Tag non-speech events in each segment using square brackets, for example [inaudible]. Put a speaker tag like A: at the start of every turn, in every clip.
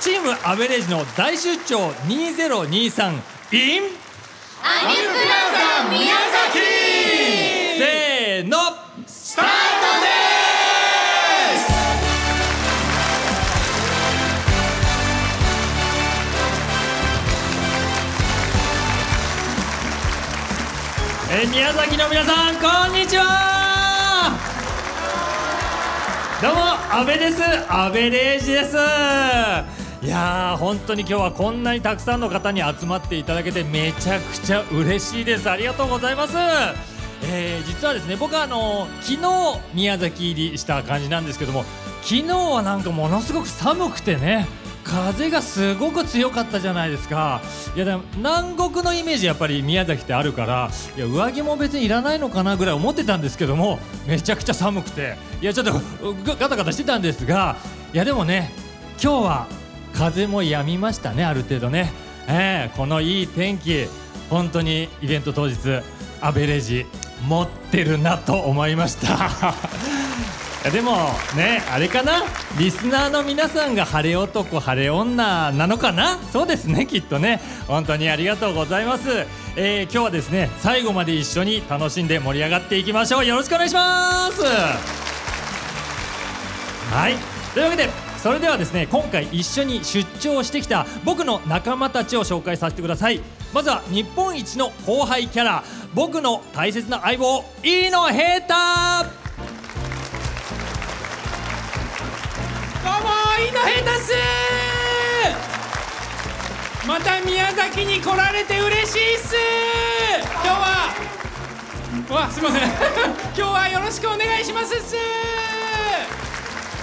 A: チームアベレージの大出張2023 in
B: アニプラザ宮崎
A: せーの
B: スタート
A: えー宮崎の皆さんこんにちはどうも阿部です阿部レイジですいやー本当に今日はこんなにたくさんの方に集まっていただけてめちゃくちゃ嬉しいですありがとうございますえー実はですね僕はあの昨日宮崎入りした感じなんですけども昨日はなんかものすごく寒くてね風がすごく強かったじゃないですかいやでも南国のイメージやっぱり宮崎ってあるからいや上着も別にいらないのかなぐらい思ってたんですけどもめちゃくちゃ寒くていやちょっとガガタガタしてたんですがいやでもね今日は風もやみましたねある程度ね、えーこのいい天気本当にイベント当日アベレージ持ってるなと思いましたいやでもねあれかなリスナーの皆さんが晴れ男晴れ女なのかなそうですねきっとね本当にありがとうございます、えー今日はですね最後まで一緒に楽しんで盛り上がっていきましょうよろしくお願いしますはいというわけでそれではですね今回一緒に出張してきた僕の仲間たちを紹介させてくださいまずは日本一の後輩キャラ僕の大切な相棒飯野平太
C: どうも井野平太っすまた宮崎に来られて嬉しいっす今日はうわすいません [laughs] 今日はよろしくお願いしますっす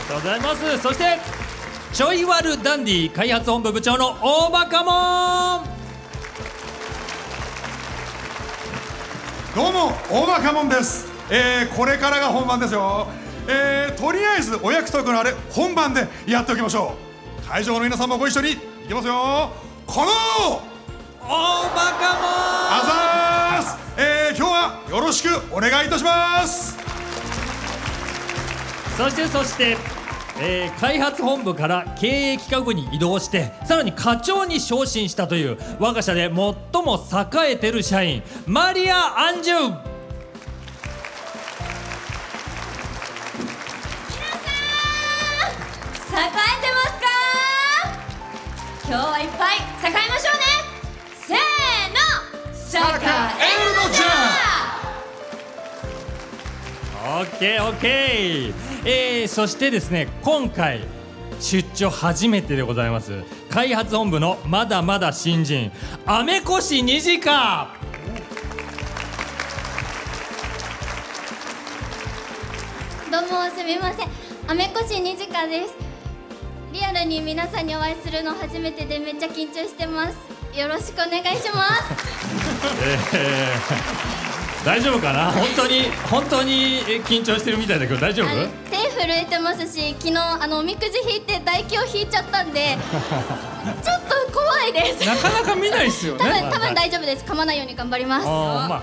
A: ありがとうございますそしてちょいワルダンディ開発本部部長の大バカモン
D: どうも大バカモンです、えーこれからが本番ですよ、えーとりあえずお約束のあれ本番でやっておきましょう会場の皆さんもご一緒にいきますよこの
A: 大バカモン
D: あざーす、えー今日はよろしくお願いいたします
A: そしてそして、えー開発本部から経営企画部に移動してさらに課長に昇進したという我が社で最も栄えてる社員マリア・アンジュ
B: です栄えてますか今日はいっぱい栄えましょうねせーの栄えるのじゃ
A: オッケーオッケー、えー、そしてですね今回出張初めてでございます開発本部のまだまだ新人アメコシニジカ
E: どうもすみませんアメコシにじかですリアルに皆さんにお会いするの初めてでめっちゃ緊張してますよろしくお願いします
B: [laughs]
A: えー大丈夫かな本当に本当にえー緊張してるみたいだけど大丈夫
E: あの手震えてますし昨日あのおみくじ引いて唾液を引いちゃったん
B: [laughs]
E: でちょっと怖いです
C: なかなか見ないっすよ
E: 多
C: ね
E: 分多分大丈夫です噛まないように頑張ります
A: あーまあ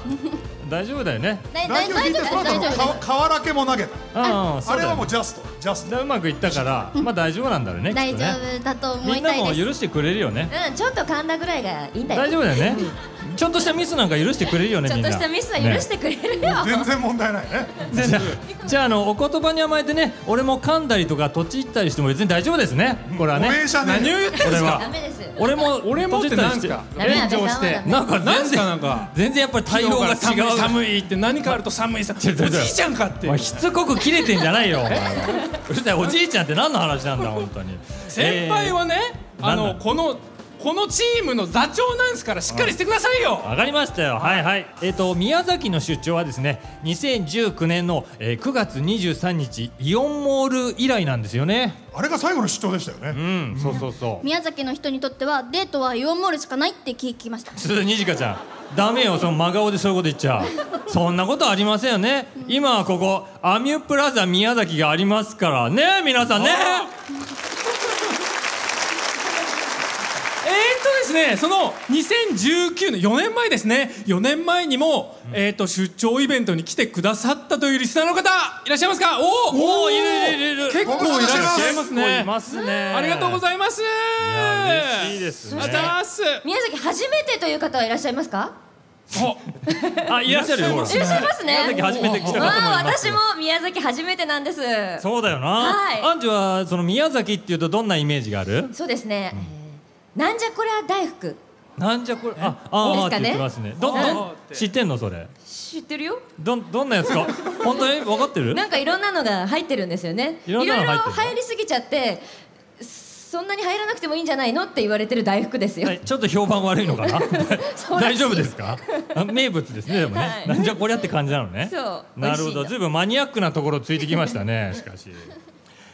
A: 大丈夫だよね。
E: だいだ
D: 大
E: い大
D: 丈夫聞い
E: 丈
D: て
E: 夫です
D: その
E: 大丈
D: 後
E: 夫
D: の
E: で
D: 瓦瓦けも投げた
A: あ
D: あれはも
A: も
D: うジャストジャスト
A: ううまくいったから、まあ大丈夫なんだろうね。
E: す大
A: きっとね
E: 丈夫だと思
A: み
E: い
A: んな
E: たい
A: も
E: です
A: 許してくれるよね。
B: んうんちょっと噛んだぐらいがいいんだよ
A: 大丈夫だよね。ちょっとしたミスなんか許してくれるよね
B: ちょ
A: み
B: っ
A: んな。
B: としたミスは許してくれるよ、
D: 全然問題ない
A: ね
D: ね
A: じゃあじゃああのお言葉に甘えてね、俺も噛んだりとかとちったりしても別に大丈夫ですね。これはね
D: ご。めんじゃね
C: 何を
D: え
C: 言ってんす
A: 俺
E: [laughs]
C: か
B: ダ
A: は
B: メです
A: 俺も
C: 俺もってなんすか
A: とちったりし
B: ダ
A: て
B: メ
C: 炎上して
B: 安倍さんはダメ
A: なんか
C: 何
A: 全
C: すか
A: 然
C: なんか
A: 全然やっぱり対応が違う。
C: 昨日から寒い寒いって何かあると寒いさおじ
A: ょちょ
C: いちゃんかって
A: お前しつこく切れてんじゃないよ。お前 [laughs] うるさいおじいちゃんって何の話なんだ本当に。
C: 先輩はね
A: えー
C: あ
A: なん
C: の
A: だ
C: このこのチームの座長なんすからしっかりしてくださいよ
A: わかりましたよ。はいはい。えっ、と宮崎の出張はですね、2019年の、えー9月23日イオンモール以来なんですよね。
D: あれが最後の出張でしたよね、
A: うん、そうそうそう。
E: 宮崎の人にとってはデートはイオンモールしかないって聞きま
A: [laughs]
E: した
A: ちょっとにじかちゃん、ダメよその真顔でそういうこと言っちゃ。そんなことありませんよね。今はここアミュプラザ宮崎がありますからね、皆さんね。
C: えー、っとですね、その2019年、4年前ですね、4年前にも、えー、っと出張イベントに来てくださったというリスナーの方、いらっしゃいますかおー
A: おーいるいるいるいる
C: 結構
D: ご無沙汰してます
C: 結構いらっしゃいますね
A: 結構いますね。
C: ありがとうございます
A: や嬉しいですね
C: ありがとうございます
F: 宮崎初めてという方はいらっしゃいますか
A: あ、いらっしゃるよ。ほら
F: いらっしゃいますね
A: 宮崎初めて来たかと思い
F: わあ
A: ます。
F: 私も宮崎初めてなんですそう
A: そうだよな。
F: はい
A: アンジュはその宮崎っていうとどんなイメージがある？
F: ですね、えーなんじゃこりゃ大福
A: なんじゃこれ。あ、ああっ
F: で
A: て
F: すかね
A: 言ってますね。どんどん
C: あー
A: 知ってんのそれ？
F: 知ってるよ
A: どんどんなやつ
F: [laughs]
A: か。本当に分かってる？
F: なんかいろんなのが入ってるんですよね
A: い
F: い
A: ろ
F: ろ
A: ん
F: い
A: な
F: ろ
A: の入ってる
F: 入りすぎちゃってそんなに入らなくてもいいんじゃないのって言われてる大福ですよ、 [laughs]
A: はいちょっと評判悪いのかな
F: そうらし
A: 大
F: い
A: 丈夫ですかあ名物ですねでもね、
F: はい
A: なんじゃこりゃって感じなのね
F: そう
A: なるほ
F: 美味しい
A: ど
F: の
A: ずいぶんマニアックなところついてきました
F: [laughs]
A: ねしかし、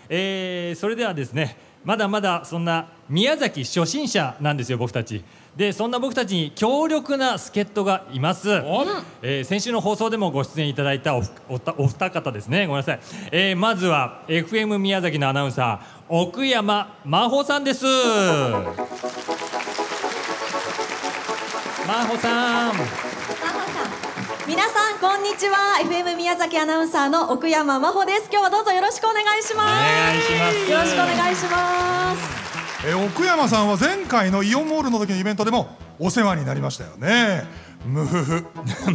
A: えーそれではですねまだまだそんな宮崎初心者なんですよ僕たちでそんな僕たちに強力な助っ人がいます、えー先週の放送でもご出演いただいたおふおたお二方ですねごめんなさい、えーまずは FM 宮崎のアナウンサー奥山真帆さん
F: [laughs]
A: です真帆さん
G: 皆さんこんにちは FM 宮崎アナウンサーの奥山真帆です今日はどうぞよろしくお願いし
A: お
G: ます
A: 願いします
G: よろしくお願いします
D: えー奥山さんは前回のイオンモールの時のイベントでもお世話になりましたよねムフフ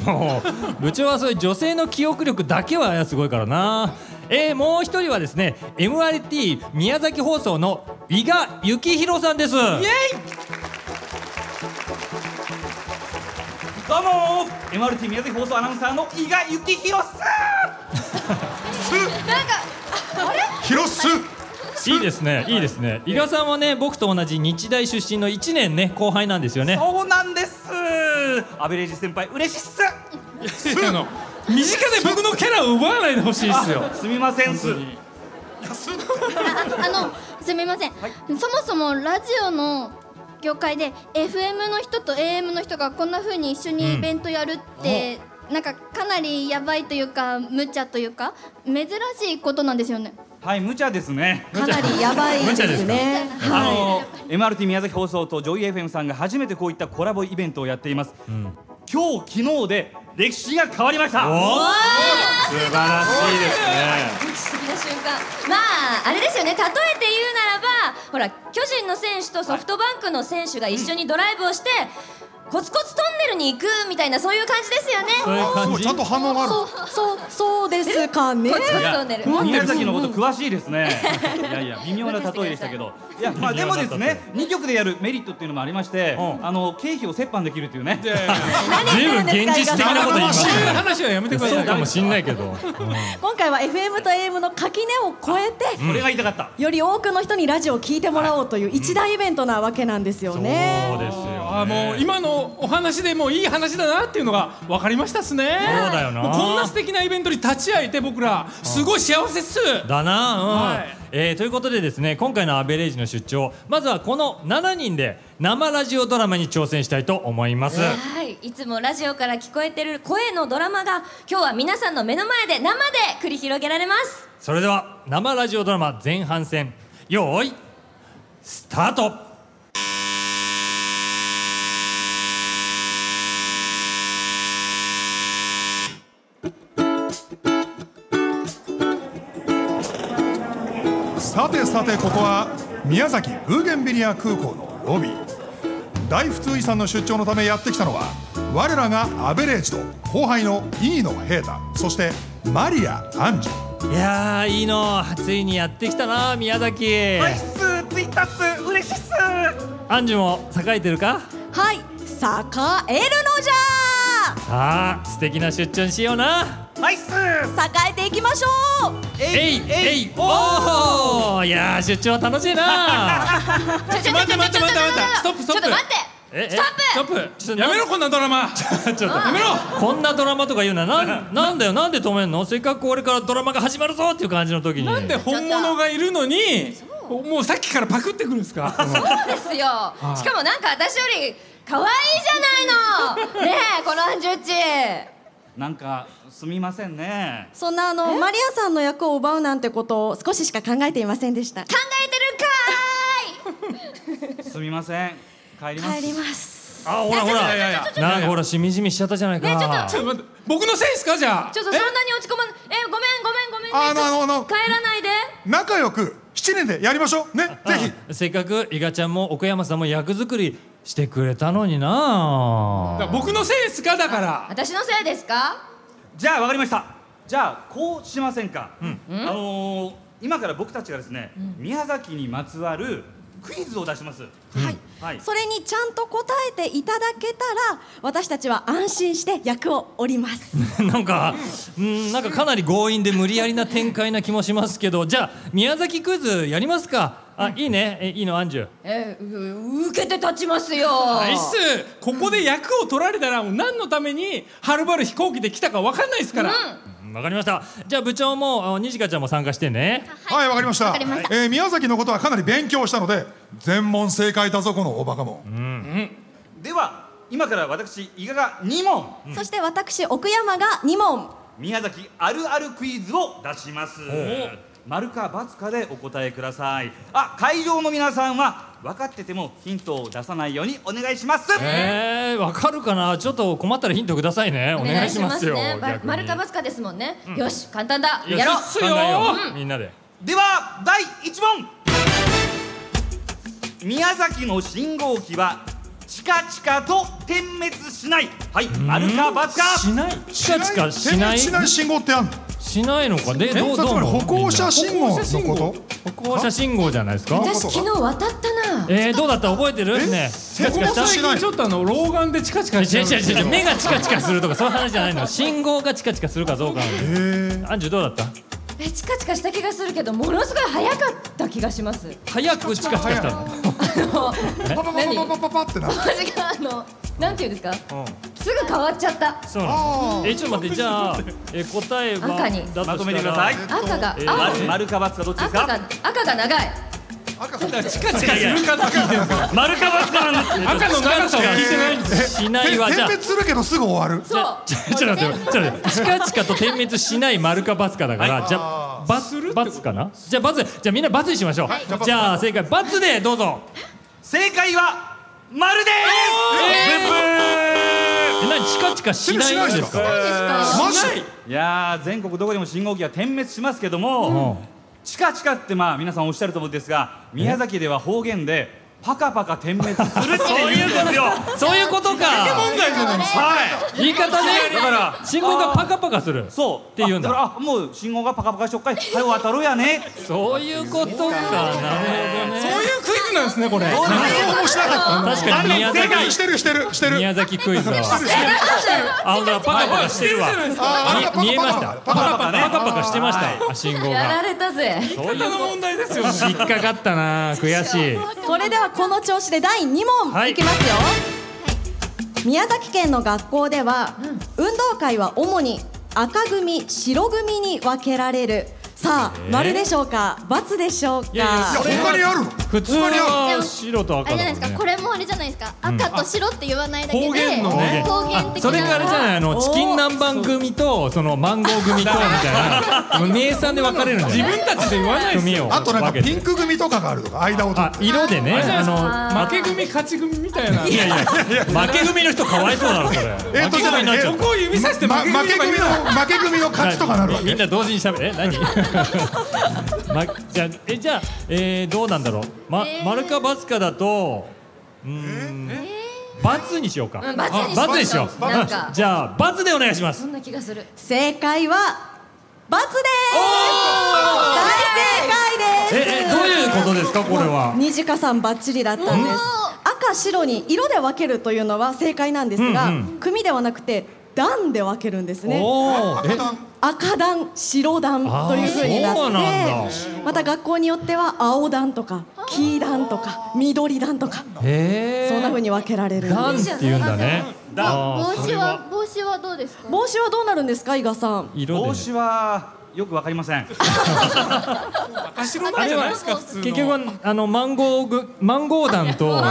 A: もう部長はそういう女性の記憶力だけはすごいからなえー、もう一人はですね MRT 宮崎放送の伊賀幸宏さんですイエイ
H: どうも MRT 宮崎放送アナウンサーの伊賀幸宏さ
D: 広す
A: いいですねいいですね伊賀さんはね僕と同じ日大出身の1年ね後輩なんですよ
H: ん
A: ね
H: そうなんですアベレージ先輩嬉しいっす
C: あの身近で僕のキャラを奪わないでほしいっ
H: [laughs]
C: すよ
H: すみませんっす
E: あのすみません、そもそもラジオの業界で FM の人と AM の人がこんな風に一緒にイベントやるって、なんかかなりやばいというか無茶というか珍しいことなんですよね
H: はい無茶ですね
G: かなりやばい
A: 無茶
G: で
A: です
G: す
A: か
G: ね
H: あの MRT 宮崎放送とジョイ FM さんが初めてこういったコラボイベントをやっています、今日昨日で歴史が変わりました
A: 素晴らしいですね
F: 歴史的な瞬間まああれですよね例えて言うならばほら巨人の選手とソフトバンクの選手が一緒にドライブをして、コツコツトンネルに行くみたいなそういう感じですよね
A: そういう
D: す
A: 感
D: ごい
A: じ
D: ちゃんと反応がある
G: そうそうそうですかね
F: コツコツトンネル
H: 宮崎のこと詳しいですね。いやいや微妙な例えでしたけど、いやまあでもですね、二曲でやるメリットっていうのもありまして、
A: うん
H: あの経費を折半できるっていうね。
A: 随分現実的なこと言います
C: そう
A: ね
C: いう話はやめてください
A: そうかもしんないけど
G: 今回は FM と AM の垣根を越えて、
H: それが言いたかった。
G: より多くの人にラジオを聞いてもらおうという一大イベントなわけなんですよね
A: そうですよ、ね、
C: あーもう今のお話でもういい話だなっていうのが分かりましたっすね
A: そうだよな
C: もこんな素敵なイベントに立ち会えて僕らすごい幸せっす
A: だな、うん
C: はい
A: えーということでですね今回のアベレージの出張まずはこの7人で生ラジオドラマに挑戦したいと思います、
F: はい、いつもラジオから聞こえてる声のドラマが今日は皆さんの目の前で生で繰り広げられます
A: それでは生ラジオドラマ前半戦よーいスタート
D: さてさてここは宮崎ブーゲンビリア空港のロビー大仏遺産の出張のためやってきたのは我らがアベレージと後輩の飯野平太そしてマリア・アンジュ
A: いやーいいのついにやってきたな宮崎、
H: ナイスツイッターっす嬉しいっす。
A: アンジュも栄えてるか
G: はい栄えるのじ
A: さあ素敵な出張にしような
H: ナイス。
G: ゃ栄えていきましょう
A: えいえいおおいやー出張楽しい
C: [laughs]
A: な
F: ちょちょちょ
C: 待っ
F: ち
C: て
F: ょ
C: 待って
F: ちょ
C: 待って待って
F: ちょ
C: ストップス
F: ち
C: ト
F: ょ
C: ップ
F: っと待って
A: ええ
F: ス
C: ス
F: トッ
C: トップちょっとやめろこんなド
A: [laughs]
C: ラマ
A: ちょっと
C: やめろ
A: こんなドラマとか言うな
C: [laughs]
A: なんなんだよなんで止めんのせっかくこれからドラマが始まるぞっていう感じの時に
C: なんで本物がいるのにもうさっきからパクってくるんですか
F: プそうですよしかもなんか私より可愛いじゃないのねえこのアンジュッチ
H: なんかすみませんね。
G: そんなあのマリアさんの役を奪うなんてことを少ししか考えていませんでした
F: 考えてるんか
H: すみません帰ります。
G: 帰ります
A: あほらほら
C: いやいやいやいや
A: なんかほらしみじみしちゃったじゃないか、
F: ねちょっと
C: ちょっと待って僕のせいですかじゃあ
F: ーいちょっとそんなに落ち込まないえごめんごめんごめんんね
D: あのあのあの
F: 帰らないで
D: 仲良く7年でやりましょうねぜひ
A: あせっかく伊賀ちゃんも奥山さんも役作りしてくれたのにな
C: だから僕のせいですかだから
F: 私のせいですか
H: じゃあわかりましたじゃあこうしませんか、あのー今から僕たちがですね、宮崎にまつわるクイズを出しますはい、はい、
G: それにちゃんと答えていただけたら私たちは安心して役を降ります
A: [laughs] なんか、うん、なんかかなり強引で無理やりな展開な気もしますけど、じゃあ宮崎クイズやりますか。あ、いいね。えいいのアンジュ。
F: えう受けて立ちますよ
C: ナイスここで役を取られたらもう何のためにはるばる飛行機で来たか分かんないですから、
A: うんわかりました。じゃあ部長もあにじかちゃんも参加してね。
D: はいわかりました
E: わかりました
D: えー宮崎のことはかなり勉強したので全問正解だぞこの大バカもん
H: では今から私伊賀が2問
G: そして私奥山が2問
H: 宮崎あるあるクイズを出します丸か×かでお答えくださいあ会場の皆さんは分かっててもヒントを出さないようにお願いします、
A: えー、わかるかな。ちょっと困ったらヒントくださいね。お願いしますよ。
F: ねば
A: 逆に
F: 丸かバツかですもんね、よし簡単だ
A: よし
F: やろう
A: 考えよう
F: うん
A: みんなで。
H: では第1問宮崎の信号機はチカチカと点滅しないはい丸か×か
A: しない。チカチカし
D: 点
A: ない。
D: 滅しない信号ってあんの
A: しないのか。で、どう
D: さ
A: ど
D: つ
A: う
D: まり
A: 思う
D: 歩行者信号の
C: 歩行者信
D: こ
C: 号
A: みんな歩行者信号じゃないですか。
F: 私昨日渡ったな
A: えー、どうだった覚えてる
D: え
A: ね。チカチ
C: こ
A: カし
C: こ
A: た。
C: 最近ちょっとあの老眼でチカチカし
A: 違う
C: て
A: 違う違う目がチカチカするとかそういう話じゃないの信号がチカチカするかどうかなん
D: と
A: で
D: へ
A: アンジュどうだった
F: えチカチカした気がするけどものすごい早かった気がします
A: 早くチカチカしたの
D: えパパパパパパパパってな
F: 私があのなんていうんですか、すぐ変わっちゃった
A: そうなのえちょっと待ってじゃあえ答えは
F: 赤に
A: だとしたら
H: まとめてください
F: 赤が
A: えー
F: 青
H: 丸丸か×かどっちです
F: 赤
H: か
F: が赤が長い
C: チカチカするかと聞いてるから
A: 丸か×かなんです
C: 赤の長さを聞いてないんです
A: えしないは
D: て
A: じゃ
D: 点
A: あ
D: 滅するけどすぐ終わる
F: そう
A: ちょちょっと待ってちょっと待ってチカチカと点滅しない丸か×かだから、じゃあバツバツかなじゃあバツじゃあみんなバツにしましょう、じゃあ正解バツでどうぞ
H: 正解は丸です
A: え何チカチカしないんですか
D: マジで
H: いやー全国どこでも信号機が点滅しますけども、チカチカってまあ皆さんおっしゃると思うんですが宮崎では方言でパカパカ点滅するって言うんですよ
A: そういうことか
H: はい
A: 言い方ね
H: だから
A: 信号がパカパカする
H: そう
A: って言うんだ
H: あからあもう信号がパカパカしょっかい早く渡ろうやね
A: そういうことかなるほどね
C: そういうクイズなんですねこれ
D: 予想もしなかっ
A: 確かに宮
D: た
A: 崎
D: してるしてるしてる
A: 宮崎クイズだわあほらパカパカしてるわ
D: あ
A: 見見えました
D: パカパカ
A: パカパカしてましたよあ信号
F: やら
A: が
F: れたぜ
A: そういう
C: 方の問題ですよね
A: 引っかかったな悔しい
G: それでは [laughs] この調子で第2問、
A: はい
G: い、きますよ、宮崎県の学校では、運動会は主に赤組白組に分けられるさあ、
A: えー
G: 丸でしょうか×でしょうか
A: いやいや
D: いや他にあるの
A: 普通は白と
E: あ
A: 赤
E: れ
A: だもん
E: じゃないですか、
A: ね
E: これもあれじゃないですか、赤と白って言わないだけで、
C: 方言の
A: ね
E: 方言
A: あ
E: 的な。
A: それからあれじゃないあのチキン南蛮組とそのマンゴー組とみたいな名産で分かれるんだよ
C: 自
A: ね
C: 分たちで言わない [laughs] です
A: 組
C: よ
A: を
D: あとなんか
A: 分け
D: ピ
A: て
D: ンク組とかがあるとか間を取っ
A: あ
D: て
A: 色でねあの
C: 負け組勝ち組みたいない
A: やいや負け組の人かわいそうだろそれ
D: えっとじゃないえ
C: そこを指さして
D: ま
C: 負
D: 負け
C: け組
D: 組の
C: の
D: 負け組の勝ちとかなるわ
A: み
D: け
A: んな同時にしゃべえ何まじゃあえじゃあ、えー、どうなんだろうま、
E: えー
A: 丸か×かだとうーん、×にしようか、
F: うんバツにしよう
A: あバツにしよう
F: なんか
A: じゃあ×でお願いします
F: そんな気がする
G: 正解は×です大正解です
A: ええどういうことですかこれは
G: 二時さんバッチリだったんです赤白に色で分けるというのは正解なんですが、
A: うん
G: 組ではなくて段で分けるんですね
A: おおえ
G: 赤段白段というふうになって
A: あーそうなんだ
G: また学校によっては青段とか黄段とか緑段とか
A: えー、
G: そんなふうに分けられる
A: ダンって言うんだね
H: ダン
A: あ
E: 帽
A: ーそ
E: 子
A: れ
E: は、帽子はどうですか。
G: 帽子はどうなるんですか伊賀さん
A: 色で、
H: 帽子はよくわかりません
C: 赤白なんじゃないですか普通の
A: 結局はあのマンゴーグマンゴー団と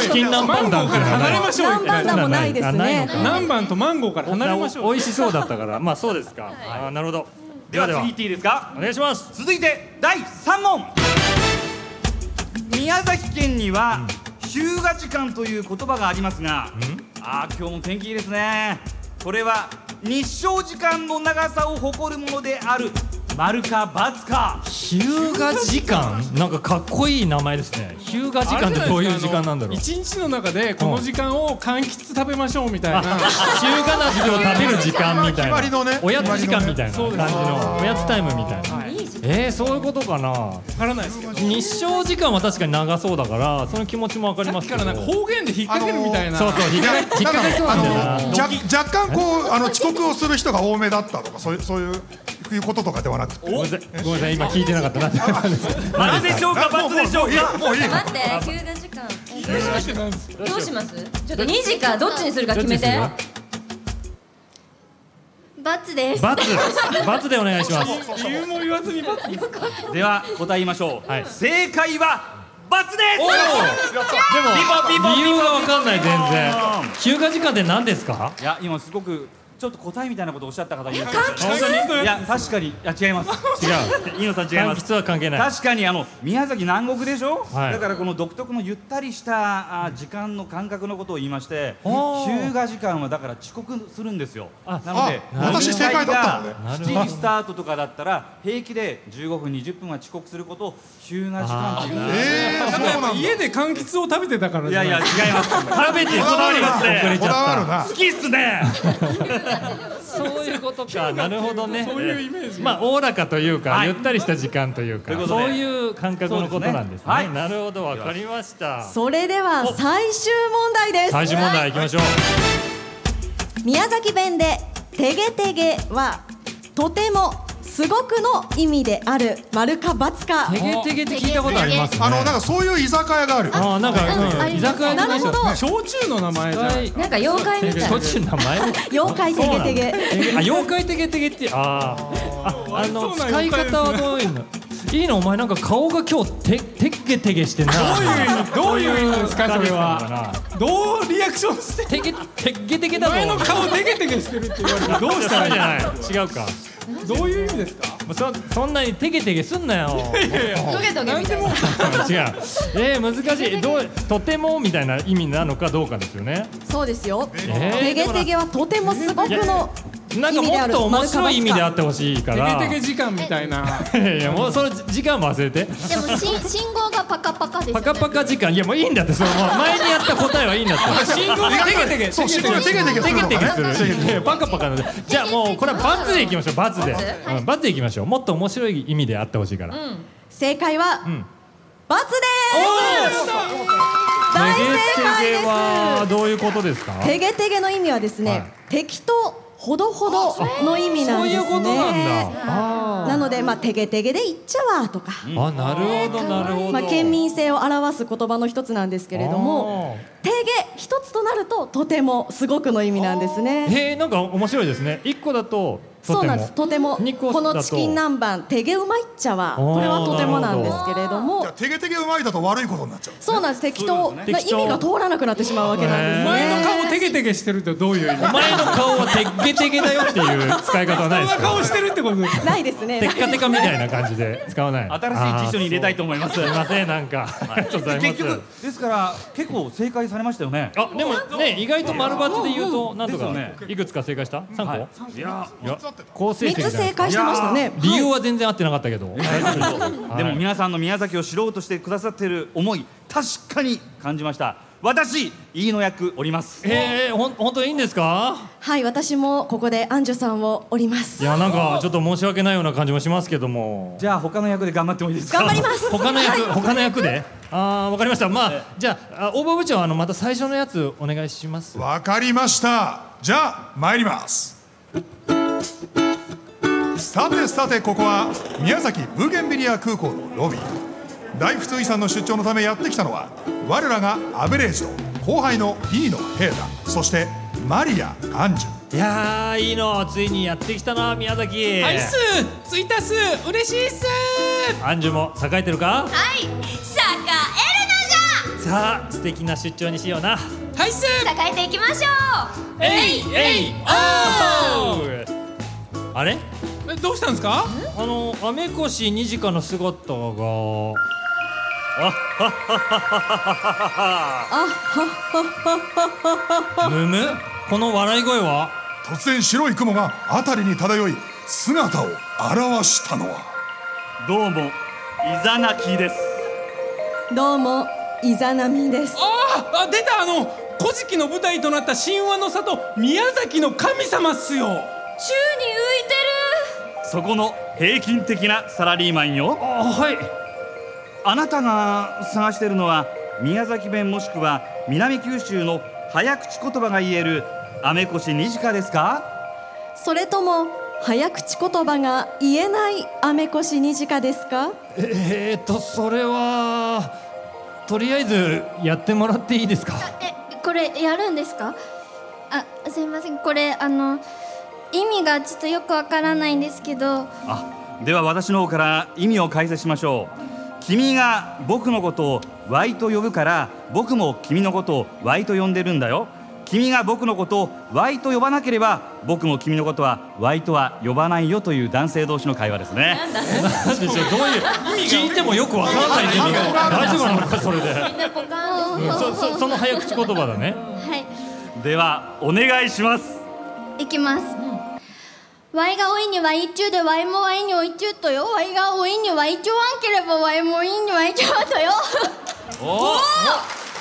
A: チキン南蛮団っていうのは
C: 離れ
A: ね
C: ましょうよ
G: 南蛮団もないですね
A: あないのか
C: 何番とマンゴーから離れましょう
A: お美味しそうだった
C: [laughs]
A: からまあそうですか、あーなるほど
H: では次行っていいですか
A: お願いします
H: 続いて第3問宮崎県には日向時間という言葉がありますがあー今日も天気いいですねこれは日照時間の長さを誇るものである丸か×か
A: 日向時間なんかかっこいい名前ですね日向時間ってどういう時間なんだろう
C: 一日の中でこの時間を柑橘食べましょうみたいな
A: あ日向夏を食べる時間みたい
D: 決まりの
A: な
D: ね
A: おやつ時間みたいな感
C: そう
A: じ
C: です
A: のおやつタイムみたいな
C: はいわ
A: えー、そういうことかな
C: からないですけどさ
A: 日照時間は確かに長そうだからその気持ちもわかりま
C: っき
A: す
C: か
A: け
C: ら
A: ど
C: なんか方言で引っ掛けるみたいな
A: そうそう引っ掛け引っ掛けそうなんだよな
D: あの若若干こうあの遅刻をする人が多めだったとかそういうそういういうこととかではなくて
A: ごめんなさいごめんなさい今聞いてなか
C: [laughs]
A: ったなって感じです
H: 丸でしょうか
D: もう
H: ×でしょうか
D: もういいもういい
F: 待って休暇時間
C: ど
F: どうしますちょっと2時かどっちにするか決めて
A: どっ
E: バツです
A: バツバツでお願いします
C: 理由も言わずにバツ
H: では答えましょう、
A: はい
H: 正解は×です
A: おおでも
H: ピンポンピンポン
A: 理由がわかんない全然
H: うん
A: 休暇時間って何ですか
H: いや今すごくちょっと答えみたいなことをおっしゃった方いらっしゃ
F: 柑橘
H: るいや確かにいや違います
A: 違う
H: 飯野さん違い
A: 柑
H: ます
A: 橘は関係ない
H: [laughs] 確かにあの宮崎南国でしょ、
A: はい
H: だからこの独特のゆったりしたあ時間の感覚のことを言いまして
A: あー
H: 日向時間はだから遅刻するんですよ
A: あ
H: なので
D: あ私正解だったのね
H: なるほど7時スタートとかだったら平気で15分20分は遅刻することを日向時間って言う
D: えー、そうなんだ
C: 家で柑橘を食べてたから
H: い
C: じゃな
H: や
C: い
H: いや違います
A: 食べてこだわりますね遅れち
D: こだわ
A: ゃ
D: る
A: った
D: な
H: 好きっすね
A: そういうことかなるほどね
C: そういうイメージ
A: まあおおらかというか
H: はい
A: ゆったりした時間というか
H: ということ
A: そ
H: で
A: ういう感覚のことなんです
H: そうです
A: ね
H: ねは
A: な
H: い
A: るほどわかりました
G: それでは最終問題です
A: 最終問題いきましょう
G: 宮崎弁で「てげてげ」はとてもすごくの意味である丸か×か
A: てげてげって聞いたことありますね
D: あのなんかそういう居酒屋がある
A: あーなん
E: あ
A: か
E: あ
A: う
E: り
A: ん居
E: ます
A: 酒屋
G: なるほど
C: 焼酎の名前じゃん
F: なんか妖怪みたい
A: しょっちゅう名前も
G: 妖怪てげてげ
A: あ妖怪テゲテゲってあーああの
C: そうなん
A: 使い方はどういうのいいのお前なんか顔が今日ててっげてげしてんな
C: どういう意味どういう意味なんですかそれは
A: は
C: どうリアクションして
A: てげてっげてげだぞ
C: 前の顔テケテケしてるって言われてどう
A: どうしたらいいんじゃない違うか
C: どういう意味ですか
A: もうそそんなにてげてげすんなよ違う
F: なトゲトゲみたいな
A: えー、難しいどうとてもみたいな意味なのかどうかですよね
G: そうですよ
A: えー
G: てげてげはとてもすごくの
A: なんかもっと面白い意味であってほしいか
C: テ
A: ら
C: ケテケ時間みたいない
A: やもうその時間忘れて
E: でもし
A: [laughs]
E: 信号がパカパカですよ
A: パ
E: ね
A: カパカ時間いやもういいんだってそのもう前にやった答えはいいんだって
C: 信号がテケテケ
D: そう信号がテケテケするの
A: テ
D: が
A: キ
D: ね
A: ストですいやパカパカなんでじゃあもうこれはバツでいきましょうバツでうんバツでいきましょうもっと面白い意味であってほしいから
G: 正解は
A: ん
G: ×です
A: てげ
G: 大正解で
A: て
G: す
A: げはどういうことですか
G: てげてげの意味はですね、
A: はい
G: 適当ほどほどの意味なん
A: そう
G: です
A: い
G: ね
A: うことなんだあ
G: なのでまあてげてげで言っちゃわとか、
A: ーあなるほどなるほど
G: まあ、県民性を表す言葉の一つなんですけれどもてげ一つとなるととてもすごくの意味なんですね
A: へえなんか面白いですね一個だとと
G: そう
A: て
G: なん
A: も
G: ですとても
A: 二個だ
G: ことのチキン南蛮てげうまいっちゃわ
A: おー
G: これはとてもなんですけれども
D: じゃあテゲテゲうまいだと悪いことになっちゃう
G: そうなんです適当な意
A: 適当
G: 味が通らなくなってしまうわけなんですね
C: 前の顔テケテケしてるってどういう意味
A: お前の顔はてっげてげだよって
G: [laughs]
A: いう使い方はないで
C: そ
A: す
C: んな
A: か
C: 顔してるってことです
G: ないですね
A: テッカテカみたいな感じで使わない
H: 新しい辞書に入れたいと思います
A: あーそうすいませんなんかありがとうございます
H: 結局ですから結構正解されましたよね
A: あ、でもね、意外と丸抜で言うと、なんとか
H: ですよね、
A: いくつか正解した。三個。
H: はい
A: い
H: いや
A: や、好成績
G: 三
A: じゃ
G: つ
A: ないです
G: 正
A: か。
G: 解してましたね
A: 理由は全然合ってなかったけど。
H: でも皆さんの宮崎を知ろうとしてくださっている思い確かに感じました私飯野役おります
A: ええ、ほん、本当にいいんですか。
G: はい私もここでアンジュさんをおります
A: いや、なんか、ちょっと申し訳ないような感じもしますけども。
H: じゃあ他の役で頑張ってもいいですか
G: 頑張り [laughs] ます
A: 他の役、他の役で。あー、わかりました。まあ、じゃあ、あ大場部長、あの、また最初のやつ、お願いします。
D: わかりましたじゃあ参りますさてさてここは宮崎ブーゲンビリア空港のロビー大仏遺産の出張のためやってきたのは我らがアベレージと後輩の飯野平太そしてマリア・アンジュ
A: いやー、いいの、ついにやってきたな、宮崎。
C: アイスツイタス嬉しいっす
A: アンジュも栄えてるか。
F: はい栄えるのじ
A: さあ、素敵な出張にしような。
C: ハイス
F: ゃ栄えていきましょう
A: えいえいおあれ
C: えどうしたんですか
A: あの雨越二時間の姿がむむこの笑い声は
D: 突然白い雲が辺りに漂い姿を現したのは
H: どうもイザナキです
G: どうもイザナミです
C: ああ出たあの古事記の舞台となった神話の里宮崎の神様っすよ
F: 宙に浮いてる
H: そこの平均的なサラリーマンよ
C: あはい
H: あなたが探してるのは宮崎弁もしくは南九州の早口言葉が言えるアメコシニジカですか
G: それとも早口言葉が言えないアメコシニジカですか
A: えー、っとそれはとりあえずやってもらっていいですか
E: えこれやるんですかあすいませんこれあの意味がちょっとよくわからないんですけど
H: あでは私の方から意味を解説しましょう君が僕のことをワイと呼ぶから僕も君のことをワイと呼んでるんだよ君が僕のことをワイと呼ばなければ僕も君のことはワイとは呼ばないよという男性同士の会話ですね
A: なんでしょうどういう聞いてもよくわからない意味が大丈夫なのかそれで
F: ポカン
A: うんそそその早口言葉だね
E: はい
H: ではお願いします
E: いきます。わいがおいにわいちゅうでわいもわいにおいちゅうとよ。わいがおいにわいちゅうわんければわいもいにわいちゅうとよ。
A: おお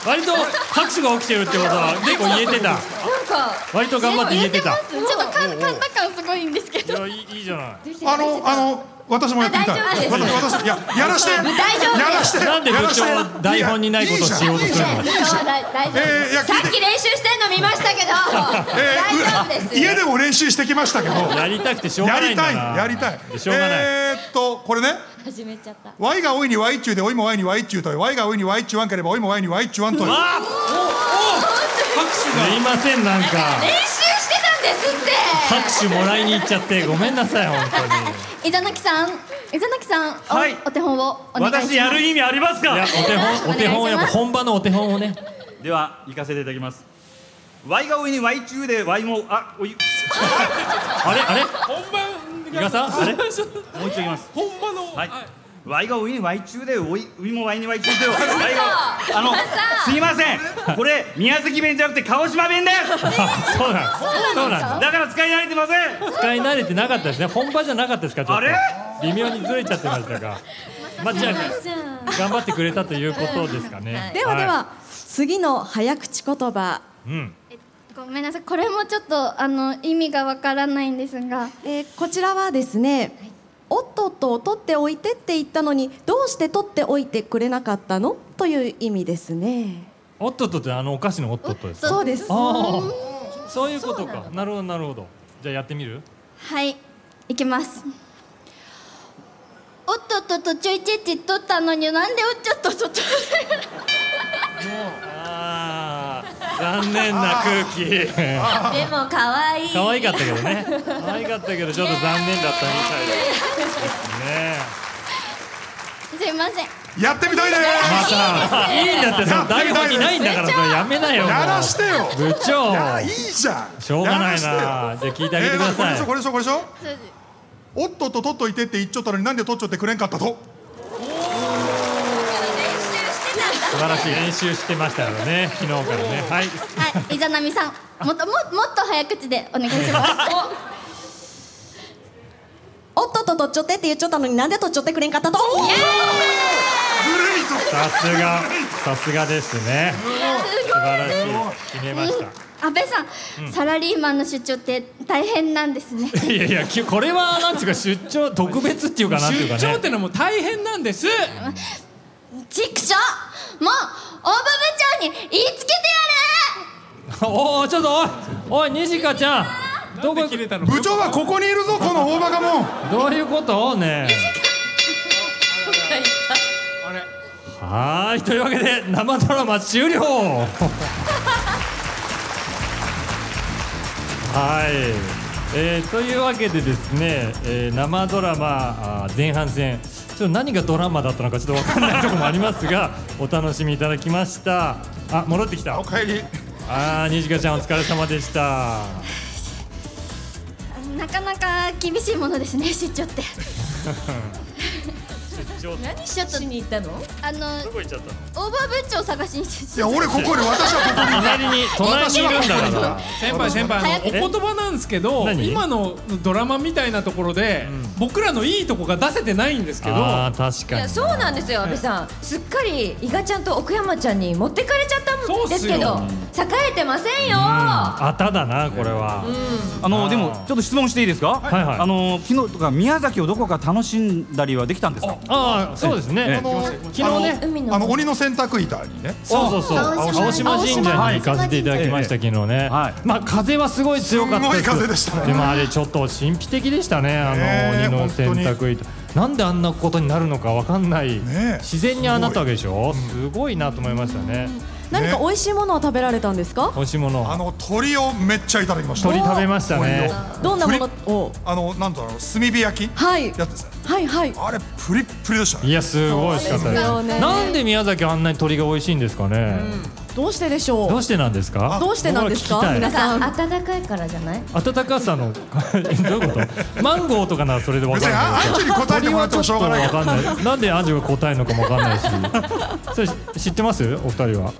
A: 割と拍手が起きてるってことは結構言えてた
F: なんか
A: 割と頑張って言えてたい
E: ちょっとかん、かんだ感すごいんですけ [laughs]
A: や
E: ど。
A: いいいいじゃない
D: あのあの私もやってみたい
F: あ大丈夫
D: 私私いややらしてや
F: 丈夫
D: らして
A: なんで部
D: やらして
A: 長台本にないことをしようとするの
D: いいじゃんいいじゃんいいじゃん
F: 大丈夫
D: えーいや聞いて
F: さっき練習してんの見ましたけど
A: [laughs]
D: え
F: 大丈夫
D: ー
F: です
D: 家でも練習してきましたけど
A: やりたくてしょう
D: や
A: がない
D: り
A: ん
D: た
A: だ
D: い
A: な
D: やりたい
A: しょうがない、
D: えーっとこれね
F: 始めちゃった
D: ワイが多いにワイ中でおいもワイにワイ中とワイが多いにワイ中ワンければおいもワイにワイ中ワンという
A: あすいませんなんか
F: 練習してたんですって
A: 拍手もらいに行っちゃってごめんなさい本
E: 伊沢きさん、伊沢きさん、お
H: はい
E: お手本をお願いします。
H: 私やる意味あります
A: 当にいや
H: か
A: お手本お手本をやっぱ本場のお手本をね
H: では行かせていただきますワイが多いにワイ中でワイもあおい
A: あれあれ
C: 本番
A: 伊賀さんあれ
H: もう一度いきます
C: 本場の、
H: はい
C: あ。
H: ワイがウイにワイ中でおい、ウイもワイにワイ中でワイが。あの、すいません。これ宮崎弁じゃなくて鹿児島弁です。
A: あそうなんですそうなんで
H: だから使い慣れてません。
A: す使い慣れてなかったですね本場じゃなかったですかちょっ
H: あれ
A: と微妙にずれちゃってましたがまあじゃあ頑張ってくれたということですかね
G: ではでは次の早口言葉
A: うん
E: ごめんなさい、これもちょっと、あの、意味がわからないんですが。
G: えーこちらはですね、おっとっと取っておいてって言ったのにどうして取っておいてくれなかったのという意味ですね
A: おっとっとってあのお菓子のおっとっとですか
G: そうです
A: ああそういうことかなるほどなるほどじゃあやってみる
E: はい、いきます。おっとっととちょいちょいち取ったのになんでおっちょっとと取っ
A: ああ残念な空気
F: でも可愛い
A: 可愛かったけどね可愛かったけどちょっと残念だったみたいですね
E: たすいません。
D: やってみたいで
A: またいいんだってその台本にないんだからそれやめなよも
D: す
A: う
D: やらしてよ
A: 部
D: いやいい
A: 長
D: じゃん
A: しょうがないなじゃあ
D: やらしてよ
A: 聞いてあげてください
D: えーこれでしょこれでしょこれでしょおっとっと取っといてって言っちゃったのになんで取っちゃってくれんかったと
F: 練習してたんだ
A: 素晴らしい練習してましたよね昨日からねはい
E: はい、伊沢波さん、もっとももっと早口でお願いします。
G: おっとっと取っちょってって言っちゃったのになんで取っちょってくれんかったと
D: ぐるりと
A: さすがさすがですね素晴らしい決めました
E: 安倍さん、サラリーマンの出張って大変なんですね。
A: いやいやきこれはなんていうか出張特別っていうかなんていうか
C: 出張っ
A: ね
C: てのも大変なんです
E: ちくしょうもう大場部長に言いつけて
A: おおちょっとおいおいにじかちゃんどこ
C: で
A: 行
C: 切
A: く
C: れたの
D: 部長はここにいるぞこの大バカもん
A: どういうことねえはーいというわけで生ドラマ終了はいえーというわけでですね、えー生ドラマあー前半戦ちょっと何がドラマだったのかちょっと分かんないところもありますが [laughs] お楽しみいただきましたあ戻ってきた
D: おかえり
A: あーにじかちゃんお疲れ様でした
E: やれなかなか厳しいものですね出張って
A: しようって
F: 何しに行ったの
E: あの
A: どこ行っちゃったの
E: 大場部長探しに行
D: いや俺ここに私はここにいる
A: 隣に隣にいるんだから
C: 先輩先輩あのお
A: 早く
C: 言葉なんですけど
A: 何
C: 今のドラマみたいなところで、僕らのいいとこが出せてないんですけど
A: あー確
F: い
A: か
F: や
A: に
F: そうなんですよ安倍さんすっかり伊賀ちゃんと奥山ちゃんに持ってかれちゃったんですけど栄えてませんよ、
A: あただなこれは、
H: あのでもちょっと質問していいですか、
A: はいはい
H: あの昨日とか宮崎をどこか楽しんだりはできたんですか
A: ああそうですね、
H: ええ
D: 昨
F: 昨日ね海の
D: あの鬼の洗濯板にね
A: そうそうそう
E: 青
A: 青
E: 島
A: 島神社に行かせていただきました昨
H: は
A: 日ね、
H: はい
A: まあ風はすごい強かった
D: すごい風でしたね
A: でもあれちょっと神秘的でしたねあ
D: ねえ
A: の鬼の洗
D: 本
A: 濯板なんであんなことになるのかわかんない、
D: ねえ
A: 自然にああなったわけでしょすごいなと思いましたね
G: 何か美味しいものを食べられたんですか
A: 美味しいもの
D: あの鳥をめっちゃいただきました
A: 鳥食べましたね
G: どんなものを
D: あのなんだろう炭火焼き
G: はい
D: やつですね
G: はいはい
D: あれプリップリでしたね
A: いやすごい美味しかったです
G: そうですよね
A: なんで宮崎あんなに鳥が美味しいんですかね、
G: どうしてでしょ
A: ど
G: う
A: うしてなんですか
G: どうしてなんですか
A: 僕は聞きた
G: 皆
A: い
G: さん
F: なんか暖かいからじゃない
A: 暖かさの [laughs] どういうことマンゴーとかならそれでわ
D: 別
A: かん
D: に
A: ない
D: ああんちに答えて
A: 鳥
D: もら
A: は
D: っ
A: ち
D: て
A: ょ
D: も
A: っ
D: し
A: と
D: ょうがない
A: わ
D: か
A: からんないなんでアンジュが答えるのかもわかんないし [laughs] それ知ってますお二人は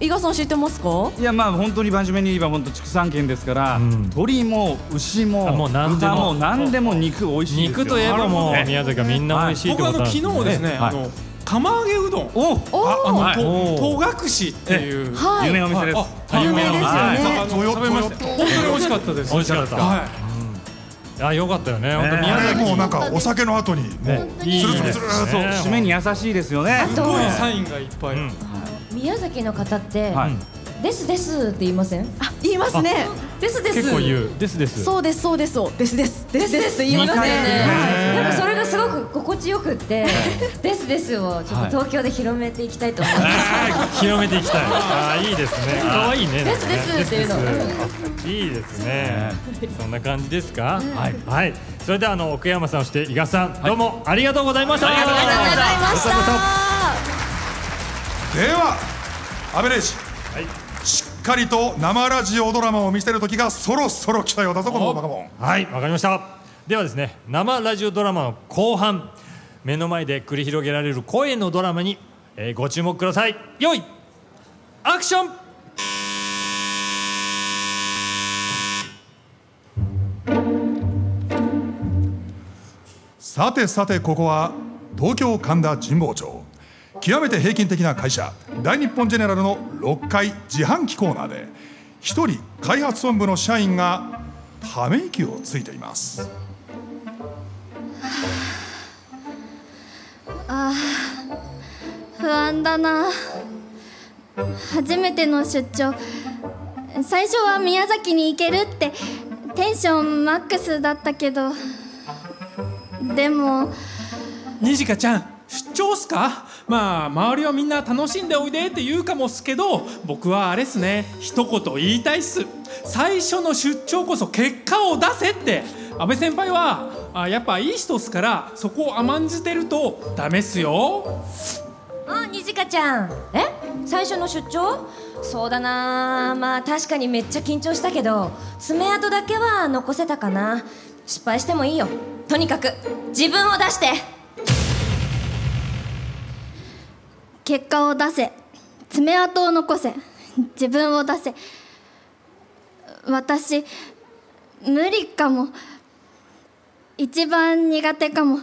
G: 伊賀さん知ってますか
H: いやまあ本当に番組に言えば本当畜産圏ですから、
A: ん
H: 鳥も牛も
A: あもう何でも
H: 豚も何でも肉美味しいですよ
A: 肉といえばもう
H: ね
A: 宮崎はみんな美味しいって
C: 僕
A: こ
C: あ
A: と
C: の
A: なんね
C: 昨日ですね、
H: はい
C: あの釜揚げうどん
H: お
C: ああの、
H: はい
C: と戸隠っていう、
G: はい
H: 有名なお店です
C: あ
G: 有名ですよね
C: はい
D: ぞよ
C: 食べました本当に美味しかったです
A: 美味しかった
C: はい
A: あよかったよね本当宮
D: あれ
A: 崎
D: もうなんかお酒の後にもう
A: いい
D: つるつ
A: で
D: る
A: す
D: つる
A: ね
D: っと
H: そう締めに優しいですよね
F: あ
C: すごい
F: と
C: サインがいっぱい、
A: うん
F: 宮崎の方って、
H: はい
F: ですですって言いません
G: あ言いますね
F: ですです
A: 結構言うですです
G: そうですそうですそうですですですですって言います
F: だよ
G: ね
F: ねなんかそれがすごく心地よくってですですをちょっと東京で広めていきたいと思います、
A: あー広めていきたいあーいいですね可愛いね
F: ですですっていうの
A: ですいいですねそんな感じですかはいはいそれではあの奥山さんそして伊賀さんどうもありがとうございましたありがとうございました
D: ではアベレージ、しっかりと生ラジオドラマを見せる時がそろそろ来たようだぞこのバカボン
A: はいわかりましたではですね生ラジオドラマの後半目の前で繰り広げられる声のドラマに、えーご注目くださいよいアクション
D: さてさてここは東京神田神保町極めて平均的な会社大日本ジェネラルの6階自販機コーナーで一人開発本部の社員がため息をついています
E: 不安だな初めての出張最初は宮崎に行けるってテンションマックスだったけどでも
C: にじかちゃん出張っすかまあ周りはみんな楽しんでおいでって言うかもっすけど僕はあれっすね一言言いたいっす最初の出張こそ結果を出せって安倍先輩はあやっぱいい人っすからそこを甘んじてるとダメっすよ
F: あ、にじかちゃんえ最初の出張そうだなまあ確かにめっちゃ緊張したけど爪痕だけは残せたかな失敗してもいいよとにかく自分を出して
E: 結果を出せ爪痕を残せ自分を出せ私無理かも一番苦手かも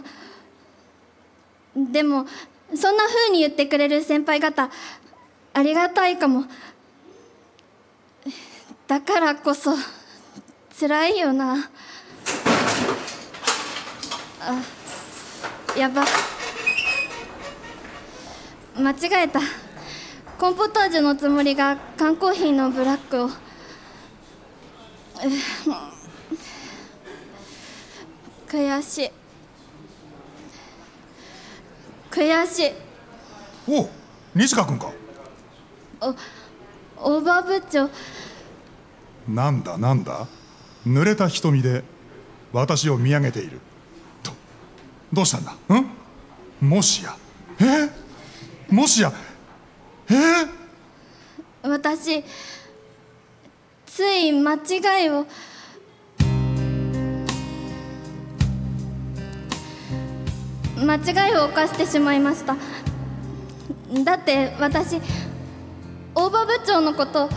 E: でもそんな風に言ってくれる先輩方ありがたいかもだからこそ辛いよなあやば間違えたコーンポタージュのつもりが缶コーヒーのブラックをうっ悔しい悔しい
D: お西川君か
E: 大場部長
D: なんだなんだ濡れた瞳で私を見上げているとどうしたんだんもしやえもしやえ
E: 私つい間違いを間違いを犯してしまいましただって私大場部長のこと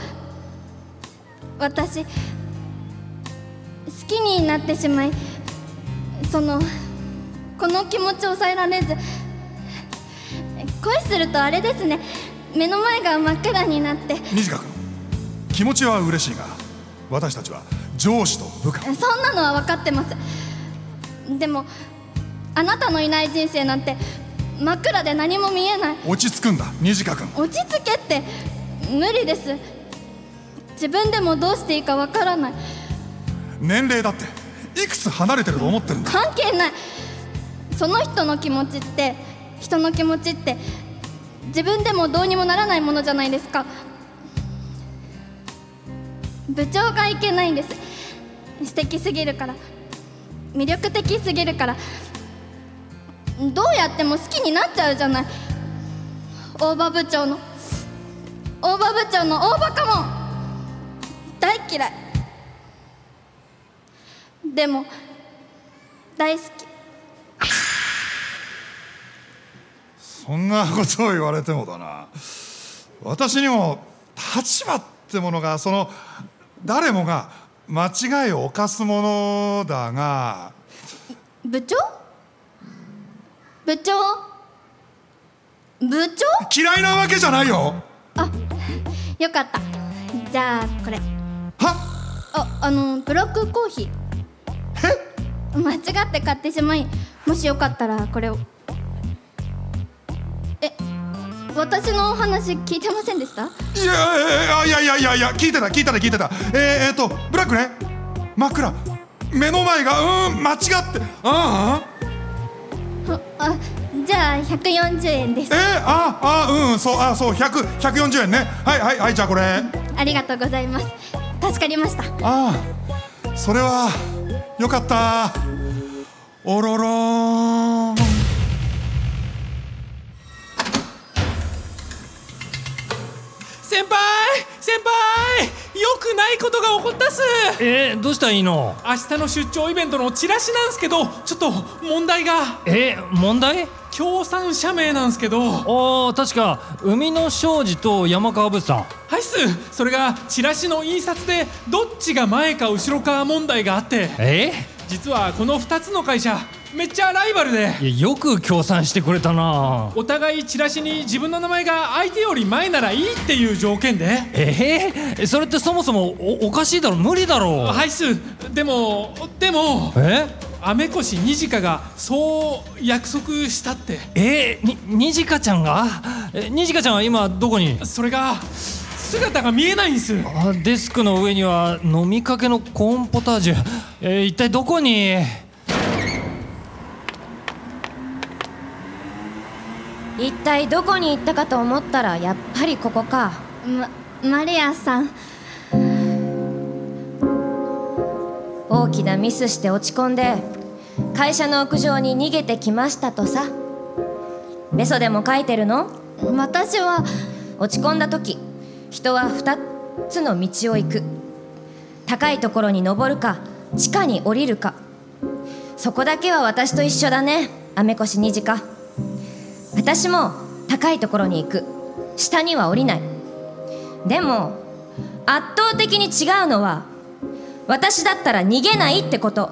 E: 私好きになってしまいそのこの気持ちを抑えられず恋するとあれですね目の前が真っ暗になって
D: 西川君気持ちは嬉しいが私たちは上司と部下
E: そんなのは分かってますでもあなたのいない人生なんて真っ暗で何も見えない
D: 落ち着くんだ西川君
E: 落ち着けって無理です自分でもどうしていいか分からない
D: 年齢だっていくつ離れてると思ってるんだ
E: 関係ないその人の気持ちって人の気持ちって自分でもどうにもならないものじゃないですか部長がいけないんです素敵すぎるから魅力的すぎるからどうやっても好きになっちゃうじゃない大場部長の大場部長の大場かも大嫌いでも大好き
D: そんなことを言われてもだな私にも立場ってものがその誰もが間違いを犯すものだが
E: 部長部長部長
D: 嫌いなわけじゃないよ
E: よかったじゃあこれああのブラックコーヒー間違って買ってしまいもしよかったらこれをえ私のお話聞いてませんでした
D: いやいやいやいやいや聞いてた聞いてた聞いてたえー、えーとブラックね真っ暗目の前がうーん間違ってああ
E: ほあじゃあ140円です
D: えー、ああうんそうあそう100 140円ねはいはいはいじゃあこれあ
E: ありがとうございます助かりました
D: あそれはよかったおろろーん
C: 先輩先輩よくないことが起こったっす
A: えー、どうしたらいいの
C: 明日の出張イベントのチラシなんすけどちょっと問題が
A: えー、問題
C: 協賛社名なんすけどは
A: ああ確か海の庄司と山川物産
C: いっすそれがチラシの印刷でどっちが前か後ろか問題があって
A: え
C: 実はこの2つの会社めっちゃライバルで
A: ー、いやよく協賛してくれたな
C: お互いチラシに自分の名前が相手より前ならいいっていう条件で
A: えー、それってそもそもおおかしいだろ無理だろ
C: はいっすでもでも
A: え
C: アメコシニジカがそう約束したって
A: えー、ににじかちゃんがえにじかちゃんは今どこに
C: それが姿が見えないんです
A: あデスクの上には飲みかけのコーンポタージュ、えー一体どこに
F: 一体どこに行ったかと思ったらやっぱりここか
E: まマリアさん
F: 大きなミスして落ち込んで会社の屋上に逃げてきましたとさメソでも書いてるの
E: 私は
F: 落ち込んだ時人は2つの道を行く高いところに登るか地下に降りるかそこだけは私と一緒だねアメコシニジカ私も高いところに行く下には降りないでも圧倒的に違うのは私だったら逃げないってこと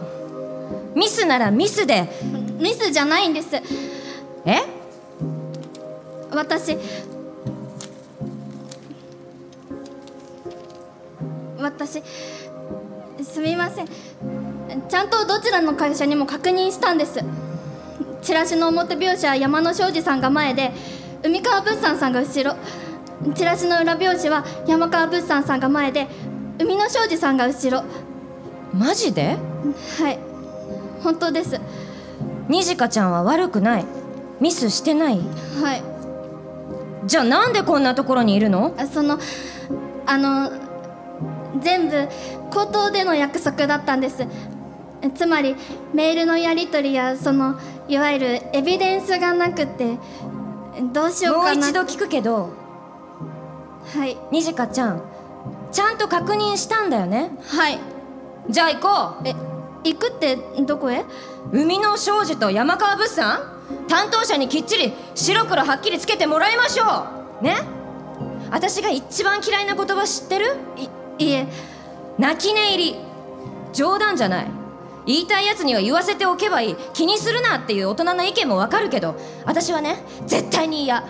F: ミスならミスで
E: ミスじゃないんです
F: え
E: 私私すみませんちゃんとどちらの会社にも確認したんですチラシの表描写は山野庄司さんが前で海川物産さんが後ろチラシの裏表紙は山川物産さんが前で海野庄司さんが後ろは
F: マジで
E: い本当です
F: にじかちゃんは悪くないミスしてない
E: はい
F: じゃあなんでこんなところにいるの
E: あそのあの全部口頭での約束だったんですつまりメールのやり取りやそのいわゆるエビデンスがなくてどうしよう
F: もう
E: かな
F: 一度聞くけど
E: はい
F: にじかちゃんちゃんと確認したんだよね
E: はい
F: じゃあ行こ
E: え行くってどこへ
F: う海の少女と山川物産担当者にきっちり白黒はっきりつけてもらいましょうね私が一番嫌いな言葉知ってるいいえ泣き寝入り冗談じゃない言いたいやつには言わせておけばいい気にするなっていう大人の意見もわかるけど私はね絶対に嫌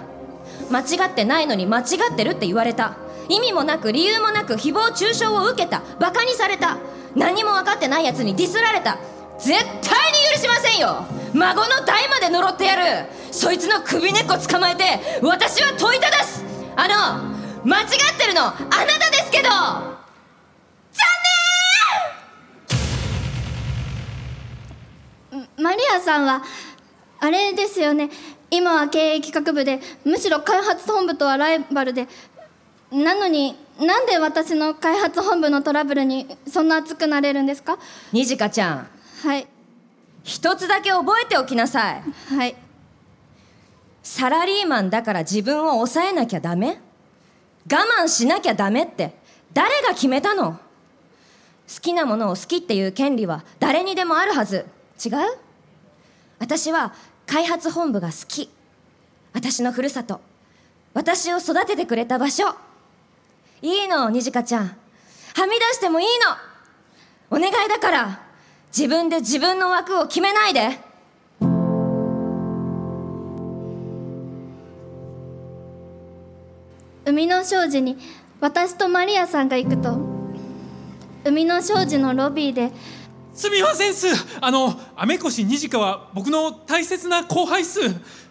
F: 間違ってないのに間違ってるって言われた意味もなく理由もなく誹謗中傷を受けたバカにされた何も分かってないやつにディスられた絶対に許しませんよ孫の代まで呪ってやるそいつの首根っこ捕まえて私は問いただすあの間違ってるのあなたですけど
E: マリアさんはあれですよね今は経営企画部でむしろ開発本部とはライバルでなのになんで私の開発本部のトラブルにそんな熱くなれるんですか
F: にじかちゃん
E: はい
F: 一つだけ覚えておきなさい
E: はい
F: サラリーマンだから自分を抑えなきゃダメ我慢しなきゃダメって誰が決めたの好きなものを好きっていう権利は誰にでもあるはず違う私は開発本部が好き私のふるさと私を育ててくれた場所いいのにじかちゃんはみ出してもいいのお願いだから自分で自分の枠を決めないで
E: 海の商事に私とマリアさんが行くと海の商事のロビーです
C: みませんっすあのアメコシニジカは僕の大切な後輩っす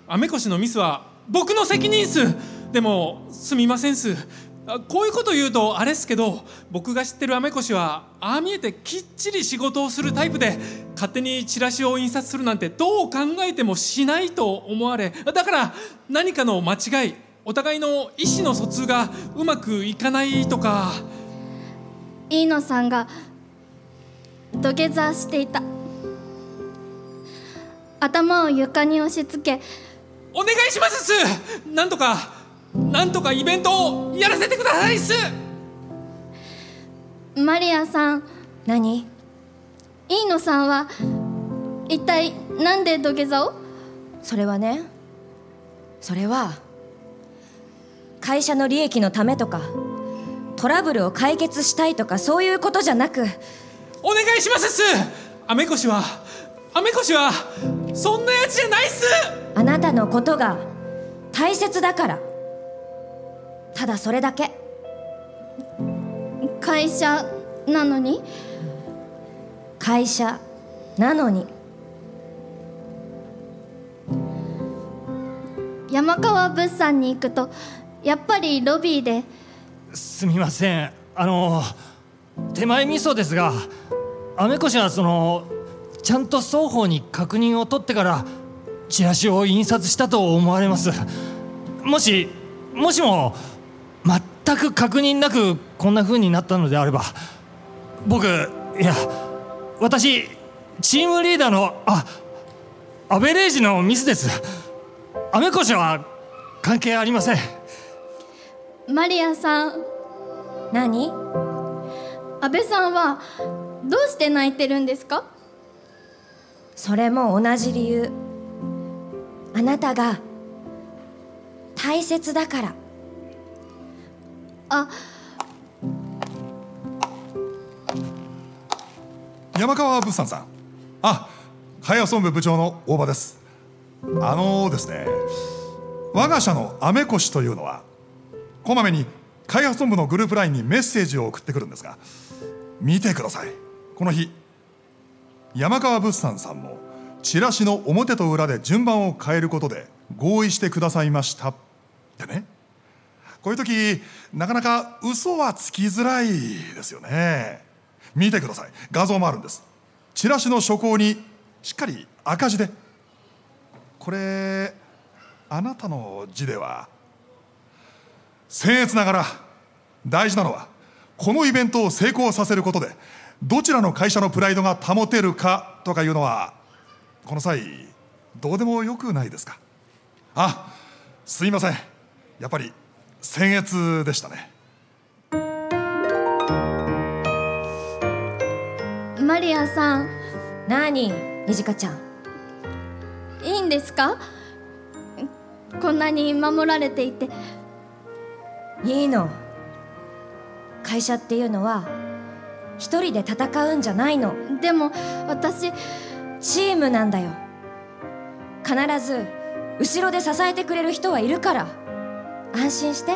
C: アメコシのミスは僕の責任っすでもすみませんっすあこういうこと言うとあれっすけど僕が知ってるアメコシはああ見えてきっちり仕事をするタイプで勝手にチラシを印刷するなんてどう考えてもしないと思われだから何かの間違いお互いの意思の疎通がうまくいかないとか
E: 飯野さんが土下座していた頭を床に押し付け
C: お願いしますっすなんとかなんとかイベントをやらせてくださいっす
E: マリアさん
F: 何
E: 飯野さんは一体なんで土下座を
F: それはねそれは会社の利益のためとかトラブルを解決したいとかそういうことじゃなく
C: お願いしますっすアメコシはアメコシはそんなやつじゃないっす
F: あなたのことが大切だからただそれだけ
E: 会社なのに
F: 会社なのに
E: 山川物産に行くとやっぱりロビーです
A: みませんあの手前味噌ですがアメコシはそのちゃんと双方に確認を取ってからチラシを印刷したと思われますもしもしも全く確認なくこんな風になったのであれば僕いや私チームリーダーのあアベレージのミスですアメコシは関係ありません
E: マリアさん
F: 何
E: 安倍さんはどうして泣いてるんですか
F: それも同じ理由あなたが大切だから
E: あ
D: 山川物産さんあ開発本部部長の大場ですあのですね我が社のアメコシというのはこまめに開発本部のグループ LINE にメッセージを送ってくるんですが見てくださいこの日山川物産さんもチラシの表と裏で順番を変えることで合意してくださいましたでねこういう時なかなか嘘はつきづらいですよね見てください画像もあるんですチラシの初稿にしっかり赤字でこれあなたの字では僭越ながら大事なのはこのイベントを成功させることでどちらの会社のプライドが保てるかとかいうのはこの際どうでもよくないですかあすいませんやっぱり僭越でしたね
E: マリアさん
F: 何にじかちゃん
E: いいんですかこんなに守られていて
F: いいの会社っていうのは一人で戦うんじゃないの
E: でも私
F: チームなんだよ必ず後ろで支えてくれる人はいるから安心して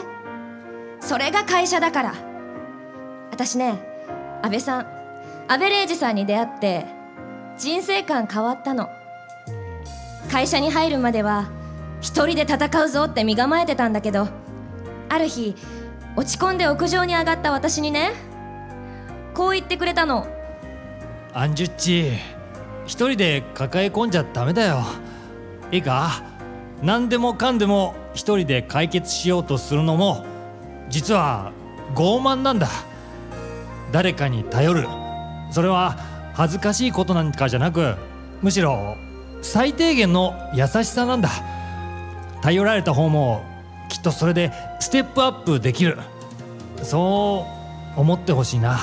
F: それが会社だから私ね安倍さんアベレージさんに出会って人生観変わったの会社に入るまでは一人で戦うぞって身構えてたんだけどある日落ち込んで屋上に上がった私にねこう言ってくれたの
A: アンジュッチ一人で抱え込んじゃダメだよいいか何でもかんでも一人で解決しようとするのも実は傲慢なんだ誰かに頼るそれは恥ずかしいことなんかじゃなくむしろ最低限の優しさなんだ頼られた方もきっとそれでステップアップできるそう思ってほしいな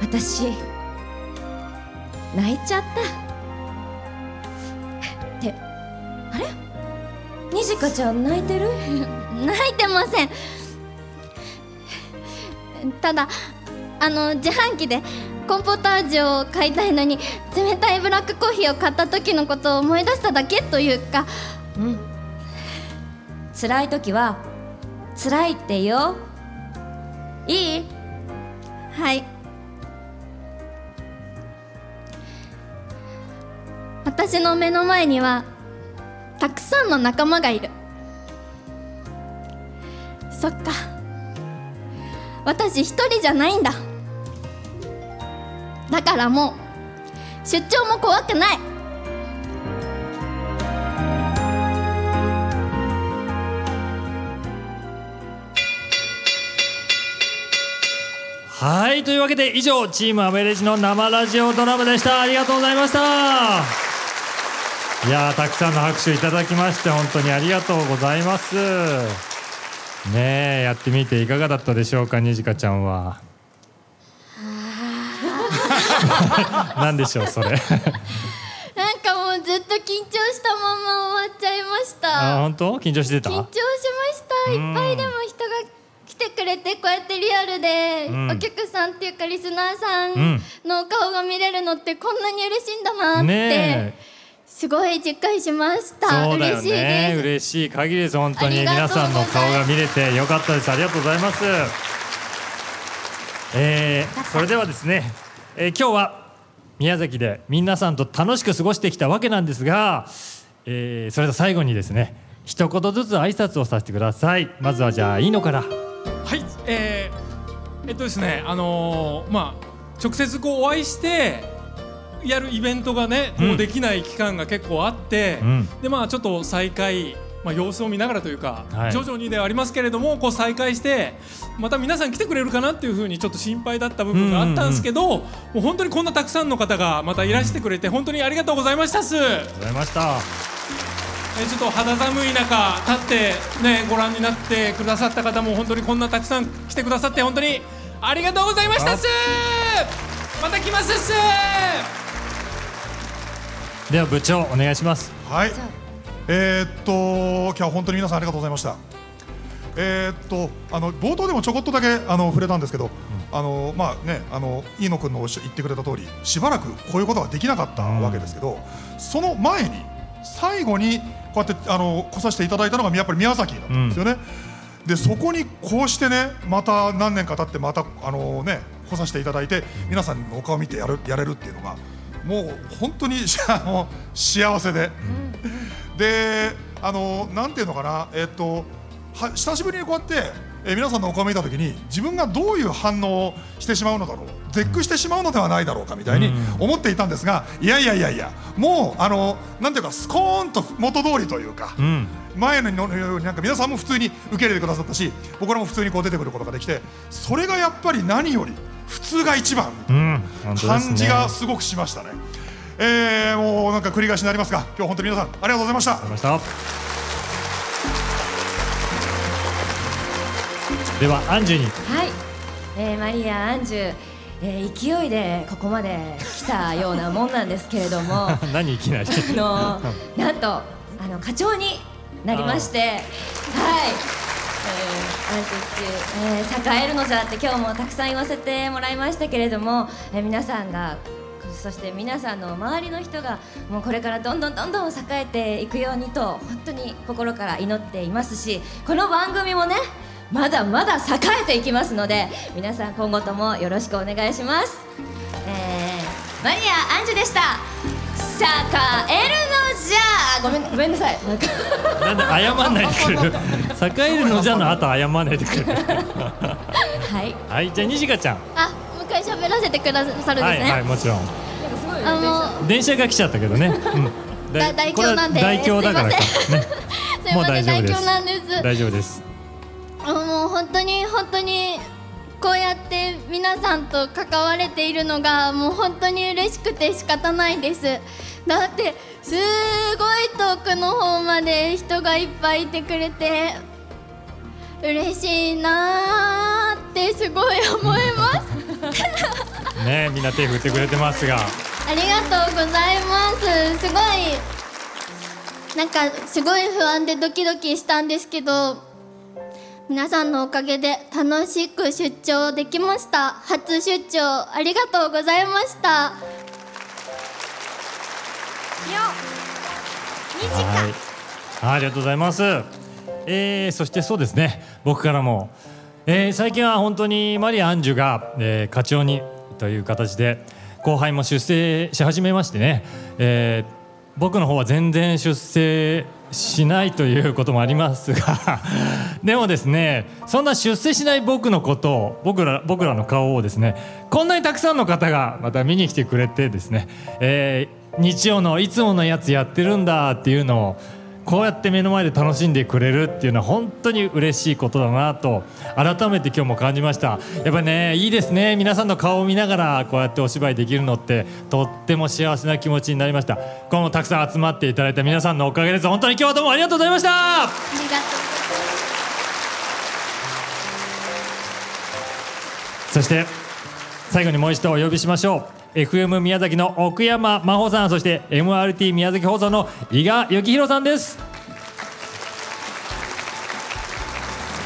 F: 私泣いちゃったってあれにじかちゃん泣いてる
E: [laughs] 泣いてませんただあの自販機でコンポタージュを買いたいのに冷たいブラックコーヒーを買った時のことを思い出しただけというか
F: うん辛い時は辛いって言おういい
E: はい私の目の前にはたくさんの仲間がいるそっか私一人じゃないんだだからもう出張も怖くない
A: はいというわけで以上チームアベレージの生ラジオドラマでしたありがとうございましたいやーたくさんの拍手いただきまして本当にありがとうございますねえやってみていかがだったでしょうかにじかちゃんは [laughs] なんでしょうそれ
E: なんかもうずっと緊張したまま終わっちゃいまし
A: あ
E: た
A: 本当緊張してた
E: 緊張しました
A: うん
E: いっぱいでも人が来てくれてこうやってリアルで、
A: うん
E: お客さんっていうかリスナーさ
A: うんん
E: のお顔が見れるのってこんなに嬉しいんだなって、
A: ねえ
E: すごい実感しました
A: そうだよ
E: 嬉しいで
A: ね
E: す
A: 嬉しい限りです本当に
E: ありが
A: 皆
E: とう
A: さ
E: ござい
A: ん
E: ま
A: の
E: す
A: 顔が見れてよかったですありがとうございますえーそれではですね、えー今日は宮崎で皆さんと楽しく過ごしてきたわけなんですが、えーそれでは最後にですね一言ずつ挨拶をさせてくださいまずはじゃあいいのから
C: はい、えー、えっとですね、あのーまあ直接こうお会いしてやるイベントがね、
A: うん
C: もうできない期間が結構あって、
A: うん
C: でまあちょっと再開。まあ、様子を見ながらというか、
A: はい
C: 徐々にではありますけれどもこう再開してまた皆さん来てくれるかなっていうふうにちょっと心配だった部分があったんですけど、もう本当にこんなたくさんの方がまたいらしてくれて本当にありがとうございましたっす。
A: ございました
C: えちょっと肌寒い中立ってねご覧になってくださった方も本当にこんなたくさん来てくださって本当にありがとうございましたっすまた来ますっす
A: では部長お願いします
D: はい。えーっと今日は本当に皆さんありがとうございました。えーっとあの冒頭でもちょこっとだけあの触れたんですけど、あのまあねあの飯野君のおっしゃ言ってくれた通りしばらくこういうことができなかったわけですけど、その前に最後にこうやってあの来させていただいたのがやっぱり宮崎だったんですよね。でそこにこうしてねまた何年か経ってまたあのね来させていただいて皆さんのお顔見てやるやれるっていうのがもう本当に [laughs] あの幸せで、であのなんていうのかなえっとは久しぶりにこうやって、えー皆さんのお顔見た時に自分がどういう反応をしてしまうのだろう絶句してしまうのではないだろうかみたいに思っていたんですが、いやいやいやいやもうあのなんていうかスコーンと元通りというか。
A: うん
D: 前のようになんか皆さんも普通に受け入れてくださったし僕らも普通にこう出てくることができてそれがやっぱり何より普通が一番みた
A: う
D: い
A: ん本当で
D: な
A: すね
D: 感じがすごくしましたね。えー、もうなんか繰り返しになりますが今日本当に皆さんありがとうございました
A: ありがとうございましたではアンジュに
F: はい、えーマリア・アンジュ、えー勢いでここまで来たようなもんなんですけれど
A: [laughs]
F: もあ
A: [laughs] 何いきなり
F: のなんとあの課長になりましてはい、えーなんて言ってえー栄えるのじゃって今日もたくさん言わせてもらいましたけれども、えー皆さんがそして皆さんの周りの人がもうこれからどんどんどんどん栄えていくようにと本当に心から祈っていますしこの番組もねまだまだ栄えていきますので皆さん今後ともよろしくお願いします、えーマリア・アンジュでした栄えるのじゃごめんごめんなさいなんか
A: なんで謝んないで
E: [laughs]
A: くれる栄えるのじゃの後謝んないでくれる
F: はい
A: はいじゃあにじかちゃん
E: あもう一回喋らせてくださるん
A: は
E: で
A: い
E: すね、
A: はいもちろん
E: あ
A: 電車が来ちゃったけどね、うん、
E: だ大凶なんで
A: これは大凶だからかね
E: のすい
A: もう
E: ませ
A: 大
E: ん
A: 丈夫で
E: 大凶
A: す
E: なんです
A: 大丈夫です
E: あもう本当に本当にこうやって皆さんと関われているのがもう本当に嬉しくて仕方ないですだってすごい遠くの方まで人がいっぱいいてくれて嬉しいなーってすごい思います
A: ねみんな手振ってくれてますが
E: ありがとうございますすごいなんかすごい不安でドキドキしたんですけど皆さんのおかげで楽しく出張できました初出張ありがとうございました
A: はいありがとうございます、えー、そしてそうですね僕からも、えー、最近は本当にマリア・アンジュが、えー、課長にという形で後輩も出世し始めましてね、えー、僕の方は全然出世しないということもありますが [laughs] でもですねそんな出世しない僕のことを僕ら僕らの顔をですねこんなにたくさんの方がまた見に来てくれてですね、えー日曜のいつものやつやってるんだっていうのをこうやって目の前で楽しんでくれるっていうのは本当に嬉しいことだなと改めて今日も感じましたやっぱりねいいですね皆さんの顔を見ながらこうやってお芝居できるのってとっても幸せな気持ちになりました今後もたくさん集まっていただいた皆さんのおかげです本当に今日はどうもありがとうございました
E: ありがとう
A: そして最後にもう一度お呼びしましょう FM 宮崎の奥山真帆さんそして MRT 宮崎放送の伊賀幸宏さんですありがとう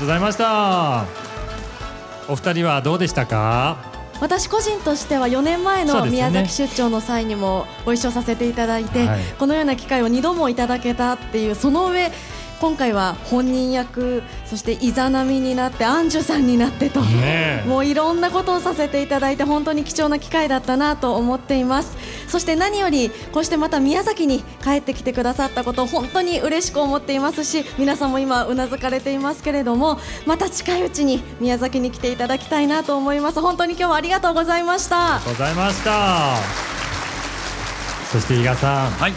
A: ございましたお二人はどうでしたか
I: 私個人としては4年前
A: そう
I: の
A: ですよね
I: 宮崎出張の際にもご一緒させていただいて、
A: はい
I: このような機会を2度もいただけたっていうその上今回は本人役そしてイザナミになってアンジュさんになってと、
A: ねえ
I: もういろんなことをさせていただいて本当に貴重な機会だったなと思っていますそして何よりこうしてまた宮崎に帰ってきてくださったことを本当に嬉しく思っていますし皆さんも今うなずかれていますけれどもまた近いうちに宮崎に来ていただきたいなと思います本当に今日はありがとうございました
A: ございましたそして伊賀さん
H: はい、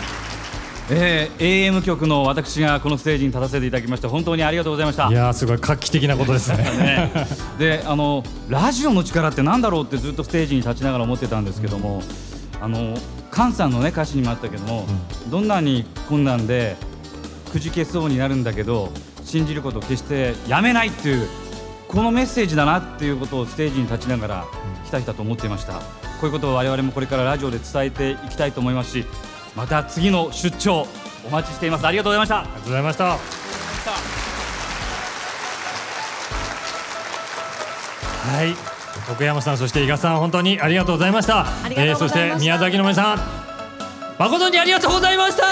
H: えー、AM 局の私がこのステージに立たせていただきまして本当にありがとうございました
A: いやーすごい画期的なことですね
H: ね、であのラジオの力ってなんだろうってずっとステージに立ちながら思ってたんですけども、あの菅さんの、ね、歌詞にもあったけども、どんなに困難でくじけそうになるんだけど信じることを決してやめないっていうこのメッセージだなっていうことをステージに立ちながらひたひたと思っていましたこういうことを我々もこれからラジオで伝えていきたいと思いますしまた次の出張お待ちしていますありがとうございました
A: ありがとうございましたはい奥山さんそして伊賀さん本当にありがとうございました
I: ありがとうございました
A: えーそして宮崎の皆さん誠にありがとうございました